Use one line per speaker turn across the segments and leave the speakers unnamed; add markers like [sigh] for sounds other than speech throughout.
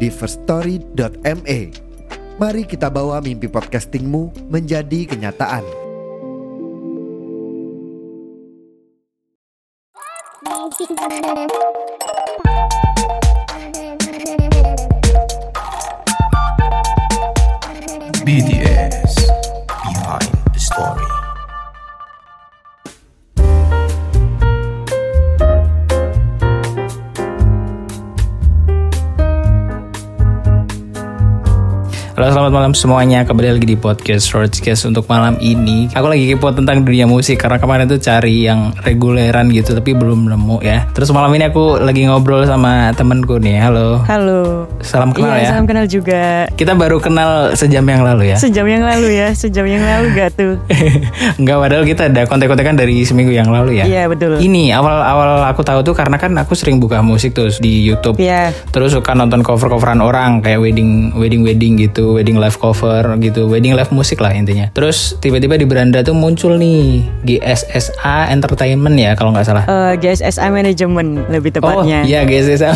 di firststory.me. Mari kita bawa mimpi podcastingmu menjadi kenyataan.
BDS Behind the Story.
Halo selamat malam semuanya Kembali lagi di podcast Roadcast untuk malam ini Aku lagi kepo tentang dunia musik Karena kemarin tuh cari yang reguleran gitu Tapi belum nemu ya Terus malam ini aku lagi ngobrol sama temenku nih Halo
Halo.
Salam kenal
iya,
ya
salam kenal juga.
Kita baru kenal sejam yang lalu ya
Sejam yang lalu ya, sejam yang lalu gak tuh?
[laughs] Enggak padahal kita ada kontak-kontakan dari seminggu yang lalu ya
Iya betul.
Ini awal-awal aku tahu tuh karena kan aku sering buka musik tuh di YouTube
Iya.
terus suka nonton cover coveran orang kayak wedding wedding wedding gitu wedding live cover gitu wedding live musik lah intinya terus tiba-tiba di beranda tuh muncul nih GSSA Entertainment ya kalau nggak salah
Eh, GSSI Management lebih
oh
tepatnya.
iya
[laughs]
GSSA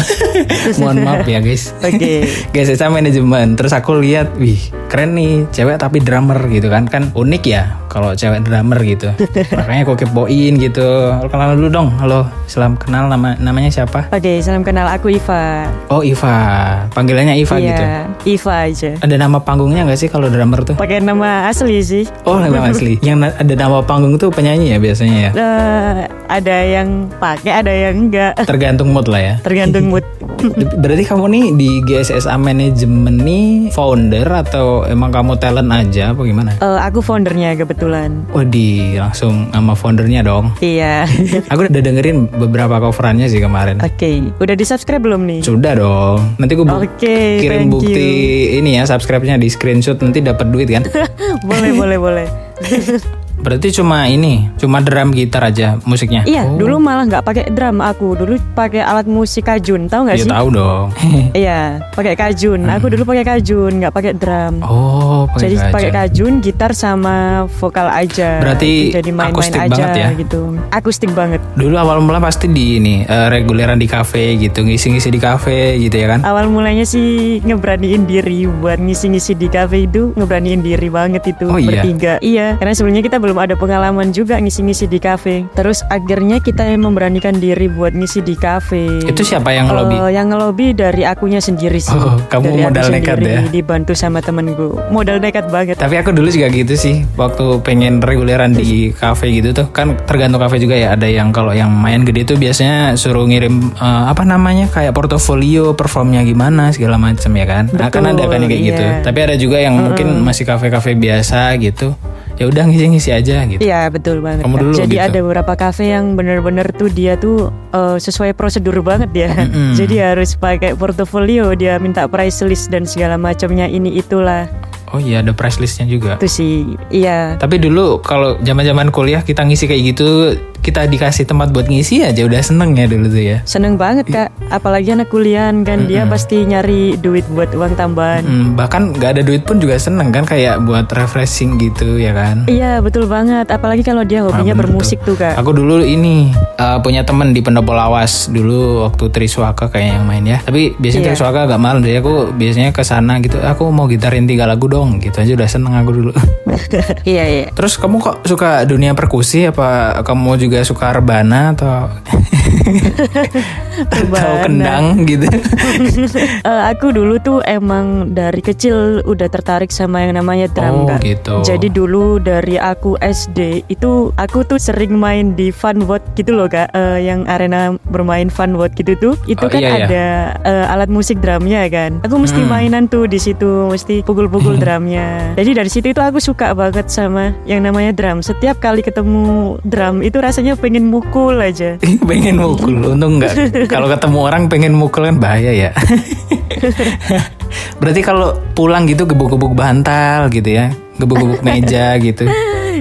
mohon maaf ya guys [laughs]
Oke.
GSSA Manajemen terus aku lihat wih keren nih cewek tapi drummer gitu kan kan unik ya kalau cewek drummer gitu
[laughs]
makanya aku kepoin gitu kenalan dulu dong halo salam kenal nama namanya siapa
Oke, salam kenal aku Iva.
oh Iva panggilannya Iva gitu
Iya, Iva aja.
ada nama panggungnya nggak sih kalau drummer tuh?
Pakai nama asli sih.
Oh, nama asli. Yang na- ada nama panggung tuh penyanyi ya biasanya ya.
Eh, ada yang pakai, ada yang enggak.
[laughs] Tergantung mood lah ya.
Tergantung mood.
Berarti kamu nih di GSSA Management nih founder atau emang kamu talent aja apa gimana?
Eh, aku foundernya kebetulan.
Oh di langsung sama foundernya dong. [laughs]
Iya.
Aku udah dengerin beberapa coverannya sih kemarin.
Oke, udah di subscribe belum nih?
Sudah dong. Nanti gue bu-
Oke,
kirim
thank
bukti ini ya subscribe-nya di screenshot nanti dapat duit
[laughs]
kan.
[laughs] boleh, boleh, boleh.
Berarti cuma ini, cuma drum gitar aja musiknya.
Iya, dulu malah nggak pakai drum aku. Dulu pakai alat musik kajun, tahu nggak
Ya
sih?
tahu Hmm. dong. [laughs]
Iya, pakai kajun. Aku dulu pakai kajun, nggak pakai drum.
Oh, pakai
jadi
gajah.
pakai kajun, gitar sama vokal aja.
Berarti
jadi main-main
akustik
aja
banget ya?
gitu. Akustik banget.
Dulu awal mula pasti di ini eh, reguleran di kafe gitu, ngisi-ngisi di kafe gitu ya kan?
Awal mulanya sih ngeberaniin diri buat ngisi-ngisi di cafe itu, ngeberaniin diri banget itu
Oh, iya?
bertiga. Iya, karena sebelumnya kita belum ada pengalaman juga ngisi-ngisi di cafe. Terus akhirnya kita yang memberanikan diri buat ngisi di cafe.
Itu siapa yang
Eh,
lobby?
yang ngelobi dari akunya sendiri sih.
Oh, kamu
Dari aku
modal nekat
sendiri,
ya?
Dibantu sama temenku. Modal nekat banget.
Tapi aku dulu juga gitu sih, waktu pengen reguleran di kafe gitu tuh kan tergantung kafe juga ya. Ada yang kalau yang main gede tuh biasanya suruh ngirim eh, apa namanya kayak portofolio performnya gimana segala macam ya kan? Nah, kan ada
Betul,
kan yang kayak
iya.
gitu. Tapi ada juga yang mungkin masih kafe-kafe biasa gitu. Ya udah ngisi-ngisi aja gitu.
Iya betul banget.
Kamu dulu
Jadi
gitu.
ada beberapa kafe yang bener-bener tuh dia tuh eh, sesuai prosedur banget ya.
Mm-mm.
Jadi harus pakai portofolio, dia minta price list dan segala macamnya ini itulah.
Oh iya ada price listnya juga.
Itu sih, iya.
Tapi dulu kalau zaman-zaman kuliah kita ngisi kayak gitu, kita dikasih tempat buat ngisi aja udah seneng ya dulu tuh ya.
Seneng banget kak, apalagi anak kuliahan kan dia pasti nyari duit buat uang tambahan.
Hmm, bahkan nggak ada duit pun juga seneng kan kayak buat refreshing gitu ya kan.
Iya betul banget, apalagi kalau dia
Ah,
hobinya
bener
bermusik
tuh.
tuh kak.
Aku dulu ini eh, punya temen di Pendopo Lawas dulu waktu Triswaka kayak yang main ya. Tapi biasanya
Iya.
Triswaka agak mahal jadi aku biasanya ke sana gitu. Aku mau gitarin tiga lagu dong gitu aja udah seneng aku dulu.
[laughs]
[laughs]
iya iya.
Terus kamu kok suka dunia perkusi apa kamu juga suka rebana atau
[laughs]
atau
Rebana.
kendang
[laughs]
gitu?
Eh, aku dulu tuh emang dari kecil udah tertarik sama yang namanya
Oh,
drum Kak.
gitu.
Jadi dulu dari aku SD itu aku tuh sering main di funwood gitu loh kak, Eh, yang arena bermain funwood gitu tuh. Itu
Oh,
kan
iya, Hmm. iya.
ada eh, alat musik drumnya kan. Aku mesti mainan tuh di situ, mesti pukul-pukul
Hmm.
drumnya. Jadi dari situ itu aku suka banget sama yang namanya drum. Setiap kali ketemu drum itu rasanya pengen mukul
[laughs]
aja.
pengen
[laughs]
mukul untung nggak kalau ketemu orang pengen mukul kan bahaya ya Berarti kalau pulang gitu gebuk-gebuk bantal gitu ya, gebuk-gebuk meja
[laughs]
gitu.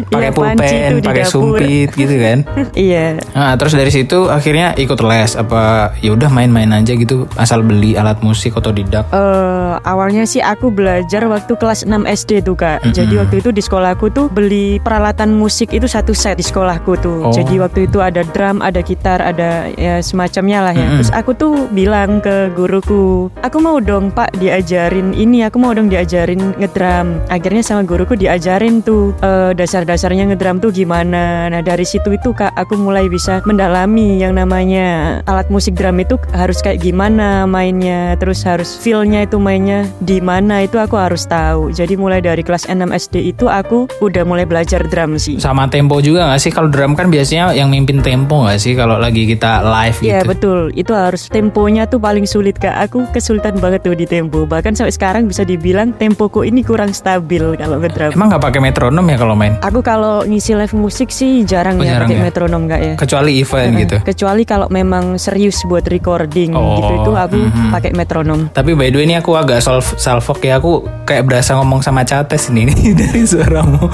Pakai
Iya, panci tuh
pulpen,
di
pakai
dapur.
sumpit gitu kan.
iya
Nah, terus dari situ akhirnya ikut les apa ya udah main-main aja gitu asal beli alat musik otodidak.
Eh, awalnya sih aku belajar waktu kelas 6 SD tuh kak. Jadi waktu itu di sekolahku tuh beli peralatan musik itu satu set di sekolahku tuh.
Oh.
Jadi waktu itu ada drum, ada gitar, ada ya semacamnya lah ya.
Mm-mm.
Terus aku tuh bilang ke guruku, aku mau dong pak diajarin ini, aku mau dong diajarin ngedrum. Akhirnya sama guruku diajarin tuh eh, dasar-dasarnya ngedrum tuh gimana. Nah dari situ itu kak aku mulai bisa mendalami yang namanya alat musik drum itu harus kayak gimana mainnya terus harus feelnya itu mainnya di mana itu aku harus tahu jadi mulai dari kelas 6 SD itu aku udah mulai belajar drum sih
Sama tempo juga gak sih kalau drum kan biasanya yang mimpin tempo gak sih kalau lagi kita live gitu.
Iya betul, itu harus temponya tuh paling sulit kak. Aku kesulitan banget tuh di tempo. Bahkan sampai sekarang bisa dibilang tempoku ini kurang stabil kalau ngedrum.
Emang nggak pakai metronom ya kalau main?
Aku kalau ngisi live musik sih jarang
Oh,
ya
jarang
pakai
ya?
metronom nggak ya.
Kecuali event gitu.
Kecuali kalau memang serius buat recording
Oh,
gitu itu aku
mhm.
pakai metronom.
[laughs] Tapi by the way ini aku agak solf salfok ya aku kayak berasa ngomong sama Cates ini [laughs] nih, dari suaramu.
[laughs]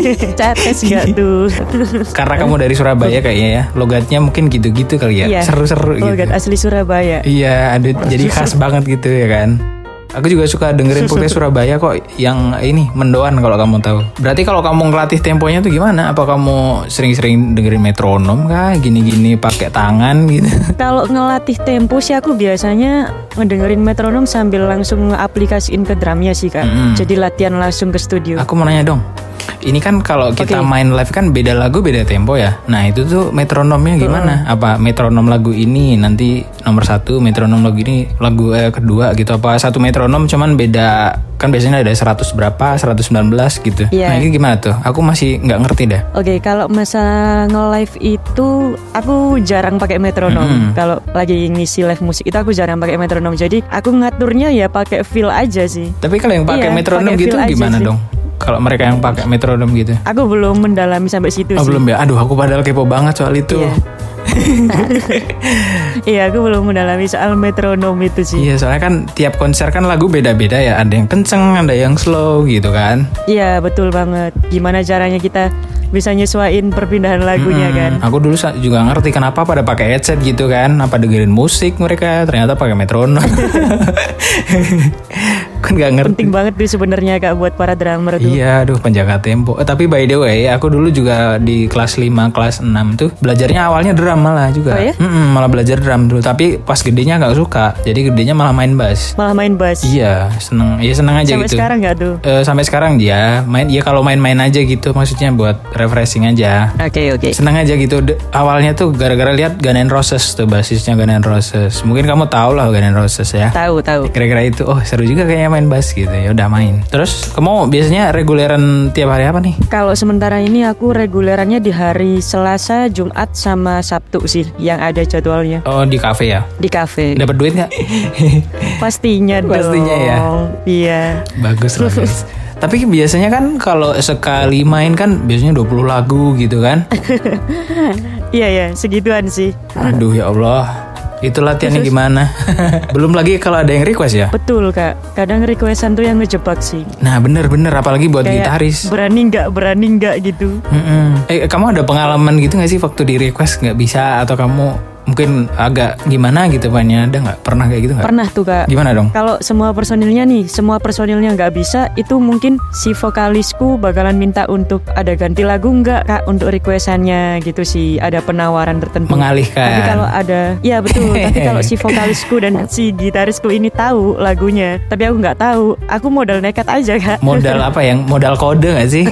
Cates [laughs] gak tuh?
Karena kamu dari Surabaya kayaknya ya. Logatnya mungkin gitu-gitu kali ya.
Iya.
Seru-seru gitu.
Logat asli Surabaya.
Iya, ada jadi khas banget gitu ya kan. Aku juga suka dengerin podcast Surabaya kok yang ini mendoan kalau kamu tahu. Berarti kalau kamu ngelatih temponya tuh gimana? Apa kamu sering-sering dengerin metronom kah? Gini-gini pakai tangan gitu.
Kalau ngelatih tempo sih aku biasanya ngedengerin metronom sambil langsung aplikasiin ke drumnya sih kak.
Mm-mm.
Jadi latihan langsung ke studio.
Aku mau nanya dong. Ini kan kalau kita
Oke.
main live kan beda lagu beda tempo ya. Nah itu tuh metronomnya gimana? Apa metronom lagu ini nanti nomor satu, metronom lagu ini lagu eh, kedua gitu? Apa satu metronom cuman beda kan biasanya ada 100 berapa, 119 gitu. Nah
Iya.
ini gimana tuh? Aku masih nggak ngerti dah.
Oke, kalau masa nge-live itu aku jarang pakai metronom.
Mm-mm.
Kalau lagi ngisi live musik itu aku jarang pakai metronom. Jadi aku ngaturnya ya pakai feel aja sih.
Tapi kalau yang pakai
Iya,
metronom
pakai
gitu
feel aja
gimana
sih.
dong? Kalau mereka yang pakai metronom gitu?
Aku belum mendalami sampai situ
Oh,
Iya sih.
belum ya? Aduh aku padahal kepo banget soal itu.
Iya. [laughs] Iya, aku belum mendalami soal metronom itu sih.
Iya, soalnya kan tiap konser kan lagu beda-beda ya. Ada yang kenceng, ada yang slow gitu kan.
Iya, betul banget. Gimana caranya kita bisa nyesuaiin perpindahan lagunya
Hmm,
kan?
Aku dulu sa- juga ngerti kenapa pada pakai headset gitu kan, apa dengerin musik mereka ternyata pakai metronom. [laughs] kan nggak ngerti.
Penting banget tuh sebenarnya Kak buat para drummer tuh.
Iya, aduh penjaga tempo. Eh, tapi by the way, aku dulu juga di kelas 5, kelas 6 tuh belajarnya awalnya drum malah juga.
Oh ya?
Mm-mm, malah belajar drum dulu, tapi pas gedenya nggak suka. Jadi gedenya malah main bass.
Malah main bass.
Iya, seneng. Iya seneng aja
Sampai
gitu.
sekarang nggak tuh?
Eh, sampai sekarang dia main ya kalau main-main aja gitu maksudnya buat refreshing aja
Oke, oke.
seneng aja gitu De- awalnya tuh gara-gara lihat Gun N' Roses tuh basisnya Gun N' Roses mungkin kamu tau lah Gun N' Roses ya
Tahu, tahu.
kira-kira itu oh seru juga kayaknya main bass gitu ya udah main terus kamu biasanya reguleran tiap hari apa nih
Kalau sementara ini aku regulerannya di hari Selasa, Jumat sama Sabtu sih yang ada jadwalnya
oh di cafe ya
di kafe.
dapat duit nggak
Pastinya dong.
[laughs] Pastinya ya.
Iya.
[laughs] bagus lah guys tapi biasanya kan kalau sekali main kan biasanya 20 lagu gitu kan
Iya ya, segituan sih.
aduh ya Allah itu latihannya gimana [laughs] belum lagi kalau ada yang request ya
Betul, Kak. Kadang requestan tuh yang ngejebak sih.
nah bener-bener apalagi buat
Kayak
gitaris
Berani nggak, berani nggak gitu.
Mm-mm. Eh, kamu ada pengalaman gitu gak sih waktu di request nggak bisa atau kamu mungkin agak gimana gitu mainnya ada nggak pernah kayak gitu nggak?
Pernah tuh, Kak.
Gimana dong?
Kalau semua personilnya nih, semua personilnya nggak bisa, itu mungkin si vokalisku bakalan minta untuk ada ganti lagu nggak kak untuk requestannya gitu sih, ada penawaran tertentu.
Mengalihkan.
Tapi kalau ada, ya
[laughs]
betul. tapi kalau si vokalisku dan si gitarisku ini tahu lagunya, tapi aku nggak tahu, aku modal nekat aja kak.
Modal
[laughs]
apa yang modal kode nggak sih?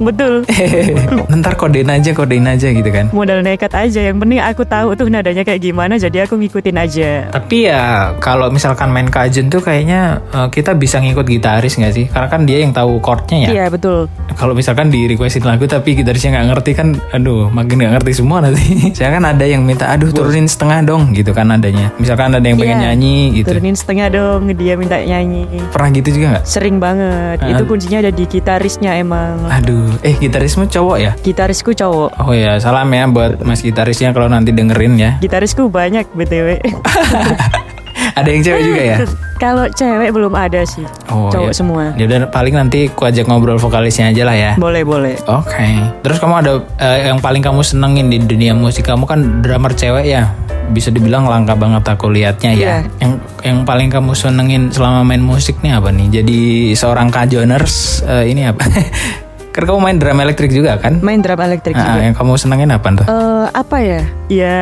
betul.
[laughs] Ntar kodein aja kodein aja gitu kan.
Modal nekat aja, yang penting aku tahu tuh nadanya kayak gimana, jadi aku ngikutin aja.
Tapi ya kalau misalkan main kajun tuh kayaknya eh, kita bisa ngikut gitaris nggak sih? Karena kan dia yang tahu chordnya ya.
Iya betul.
Kalau misalkan di requestin lagu tapi gitarisnya nggak ngerti kan, aduh makin nggak ngerti semua nanti. [laughs] Saya kan ada yang minta, aduh turunin setengah dong gitu kan adanya. Misalkan ada yang pengen
Iya.
nyanyi gitu.
Turunin setengah dong, dia minta nyanyi.
Pernah gitu juga nggak?
Sering banget.
Ah.
Itu kuncinya ada di gitarisnya emang.
Aduh, eh gitarismu cowok ya?
Gitarisku cowok.
Oh ya, salam ya buat mas gitarisnya kalau nanti dengerin ya.
Gitarisku banyak btw.
[laughs] Ada yang cewek juga ya?
[laughs] Kalau cewek belum ada sih. cowok
ya.
semua.
Ya udah paling nanti ku ajak ngobrol vokalisnya aja lah ya.
Boleh, boleh.
Oke. Terus kamu ada eh, yang paling kamu senengin di dunia musik kamu kan drummer cewek ya. Bisa dibilang langka banget aku lihatnya ya.
Iya.
Yang yang paling kamu senengin selama main musik nih apa nih? Jadi seorang kajoners eh, ini apa? [laughs] kan kamu main drum elektrik juga kan?
Main drum elektrik
Ah,
juga.
yang kamu senengin apa tuh?
Eh, apa ya? Ya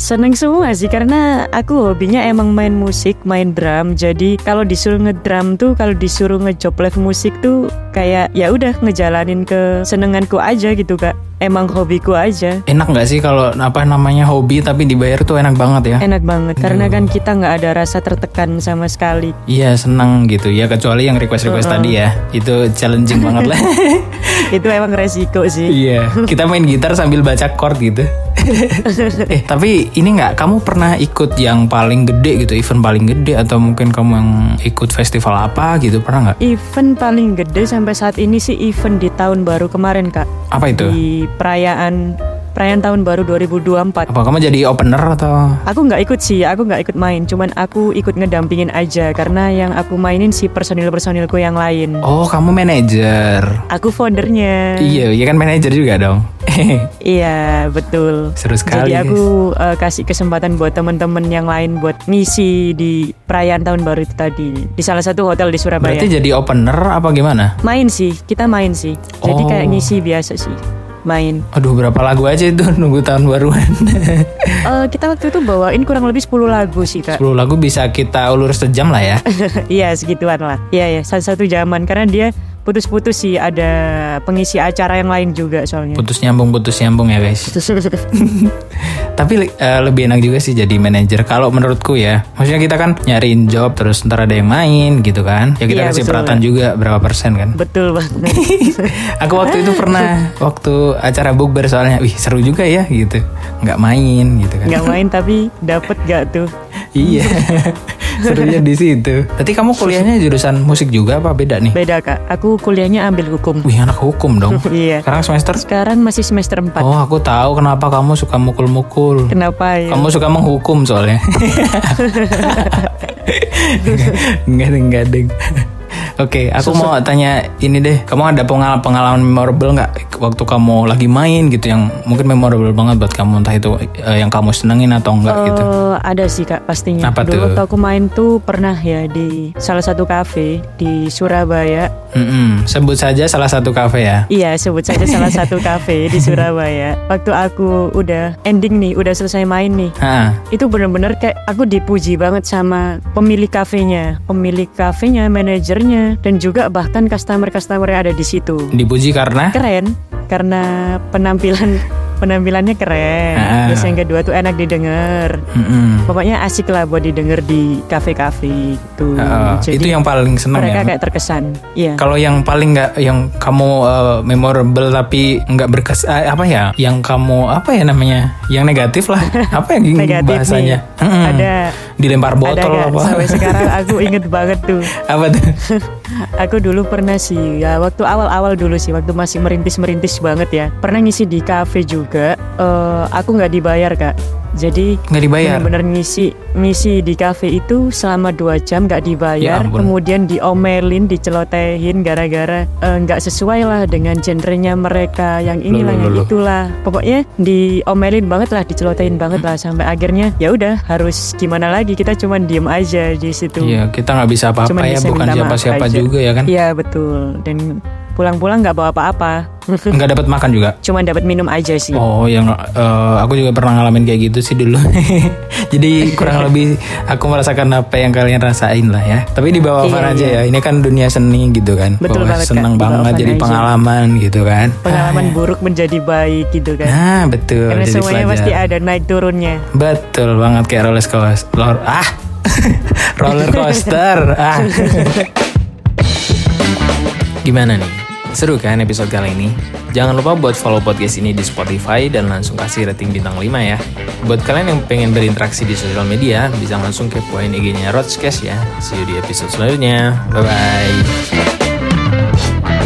seneng semua sih karena aku hobinya emang main musik, main drum. Jadi kalau disuruh ngedrum tuh, kalau disuruh ngejob live musik tuh kayak ya udah ngejalanin kesenenganku aja gitu kak. Emang hobiku aja.
Enak nggak sih kalau apa namanya hobi tapi dibayar tuh enak banget ya?
Enak banget karena kan kita nggak ada rasa tertekan sama sekali. [laughs]
Iya senang gitu ya kecuali yang request request tadi ya itu challenging banget lah.
Itu emang resiko sih.
Iya kita main gitar sambil baca chord gitu. eh tapi ini nggak kamu pernah ikut yang paling gede gitu event paling gede atau mungkin kamu yang ikut festival apa gitu pernah nggak?
Event paling gede sampai saat ini sih event di tahun baru kemarin kak.
Apa itu?
Di perayaan perayaan tahun baru 2024.
Apa kamu jadi opener atau?
Aku nggak ikut sih, aku nggak ikut main. Cuman aku ikut ngedampingin aja karena yang aku mainin si personil-personilku yang lain.
Oh kamu manajer.
Aku foundernya.
Iya iya kan manajer juga dong. [laughs]
Iya, betul.
Seru sekali,
Jadi aku eh, kasih kesempatan buat temen-temen yang lain buat ngisi di perayaan tahun baru itu tadi di salah satu hotel di Surabaya.
Berarti jadi opener apa gimana?
Main sih, kita main sih. Jadi
Oh.
kayak ngisi biasa sih. Main.
Aduh berapa lagu aja itu [laughs] nunggu tahun
[laughs]
baruan.
Eh, kita waktu itu bawain kurang lebih 10 lagu sih, Kak. [laughs]
10 lagu bisa kita ulur sejam lah ya.
Iya segituan lah. Iya ya satu-satu zaman karena dia putus-putus sih ada pengisi acara yang lain juga soalnya.
Putus nyambung, putus nyambung ya guys. Tapi eh, lebih enak juga sih jadi manajer kalau menurutku ya. Maksudnya kita kan nyariin job terus ntar ada yang main gitu kan. Ya kita
Iya,
kasih
betul.
perhatian juga berapa persen
[laughs]
kan.
[laughs] Betul banget.
Aku waktu itu pernah waktu acara bukber soalnya, wih seru juga ya gitu. Nggak main gitu kan.
Nggak main tapi dapat gak tuh?
[laughs] Iya. [laughs] Serunya di situ. Berarti kamu kuliahnya jurusan musik juga apa beda nih?
Beda kak. Aku kuliahnya ambil hukum.
Wih anak hukum dong.
[laughs] Iya.
Sekarang semester
Sekarang masih semester 4
Oh, aku tahu kenapa kamu suka mukul-mukul.
Kenapa ya?
Kamu suka menghukum
[laughs]
soalnya. Gadeng-gadeng. Oke, aku mau tanya ini deh. Kamu ada pengal- pengalaman memorable nggak waktu kamu lagi main gitu yang mungkin memorable banget buat kamu entah itu eh, yang kamu senengin atau enggak gitu.
Eh, ada sih kak pastinya.
Apa
Dulu
tuh?
waktu aku main tuh pernah ya di salah satu kafe di Surabaya.
Mm-mm. Sebut saja salah satu kafe ya.
Iya sebut
[laughs]
saja salah satu kafe di Surabaya. Waktu aku udah ending nih, udah selesai main nih.
Ha.
itu bener-bener kayak aku dipuji banget sama pemilik kafenya, pemilik kafenya, manajernya, dan juga bahkan customer-customer yang ada di situ.
Dipuji karena
Keren karena penampilan penampilannya keren.
Ah.
Terus yang kedua tuh enak didengar.
Mm-mm.
Pokoknya asik lah buat didengar di kafe-kafe gitu.
Ha, Ah, Eh, itu yang paling seneng ya.
mereka kayak terkesan. Iya.
Kalau yang paling nggak yang kamu eh, memorable tapi nggak berkes eh, apa ya? Yang kamu apa ya namanya? Yang negatif
[laughs]
lah. Apa yang
Negatif
bahasanya?
nih.
Mm-mm.
Ada
dilempar
ada
botol
kan
apa? [laughs]
sampai sekarang aku inget banget tuh.
apa tuh?
Aku dulu pernah sih, ya waktu awal-awal dulu sih, waktu masih merintis-merintis banget ya. Pernah ngisi di cafe juga. Eh aku nggak dibayar kak. Jadi
Nggak dibayar.
bener-bener ngisi ngisi di cafe itu selama dua jam nggak
Ya
dibayar.
ampun.
kemudian diomelin, dicelotehin gara-gara eh, nggak sesuai lah dengan genrenya mereka yang
Loh,
inilah
loh,
yang
loh.
itulah. Pokoknya diomelin banget lah, dicelotehin banget lah sampai akhirnya ya udah harus gimana lagi kita cuman diem aja di situ.
Iya, kita nggak bisa apa-apa
Cuman
ya,
bisa
bukan
minta maaf
siapa-siapa
aja.
juga ya kan?
Iya betul. Dan pulang-pulang nggak bawa apa-apa. [laughs]
Nggak dapat makan juga.
Cuman dapat minum aja sih.
Oh, yang eh, aku juga pernah ngalamin kayak gitu sih dulu. [laughs] Jadi kurang
[laughs]
lebih aku merasakan apa yang kalian rasain lah ya. Tapi di bawah
Iya,
aja
iya.
ya. Ini kan dunia seni gitu kan.
Betul
Bahwa
banget, Kak.
seneng
Di bawah
banget
fan
jadi
aja.
pengalaman gitu kan.
Pengalaman buruk menjadi baik gitu kan.
Nah betul
Karena
jadi
semuanya
pelajar.
pasti ada naik turunnya.
Betul banget kayak roller coaster lor- ah [laughs] roller coaster ah Gimana nih? Seru kan episode kali ini? Jangan lupa buat follow podcast ini di Spotify dan langsung kasih rating bintang 5 ya. Buat kalian yang pengen berinteraksi di sosial media, bisa langsung kepoin IG-nya Rodcast ya. See you di episode selanjutnya. Bye-bye.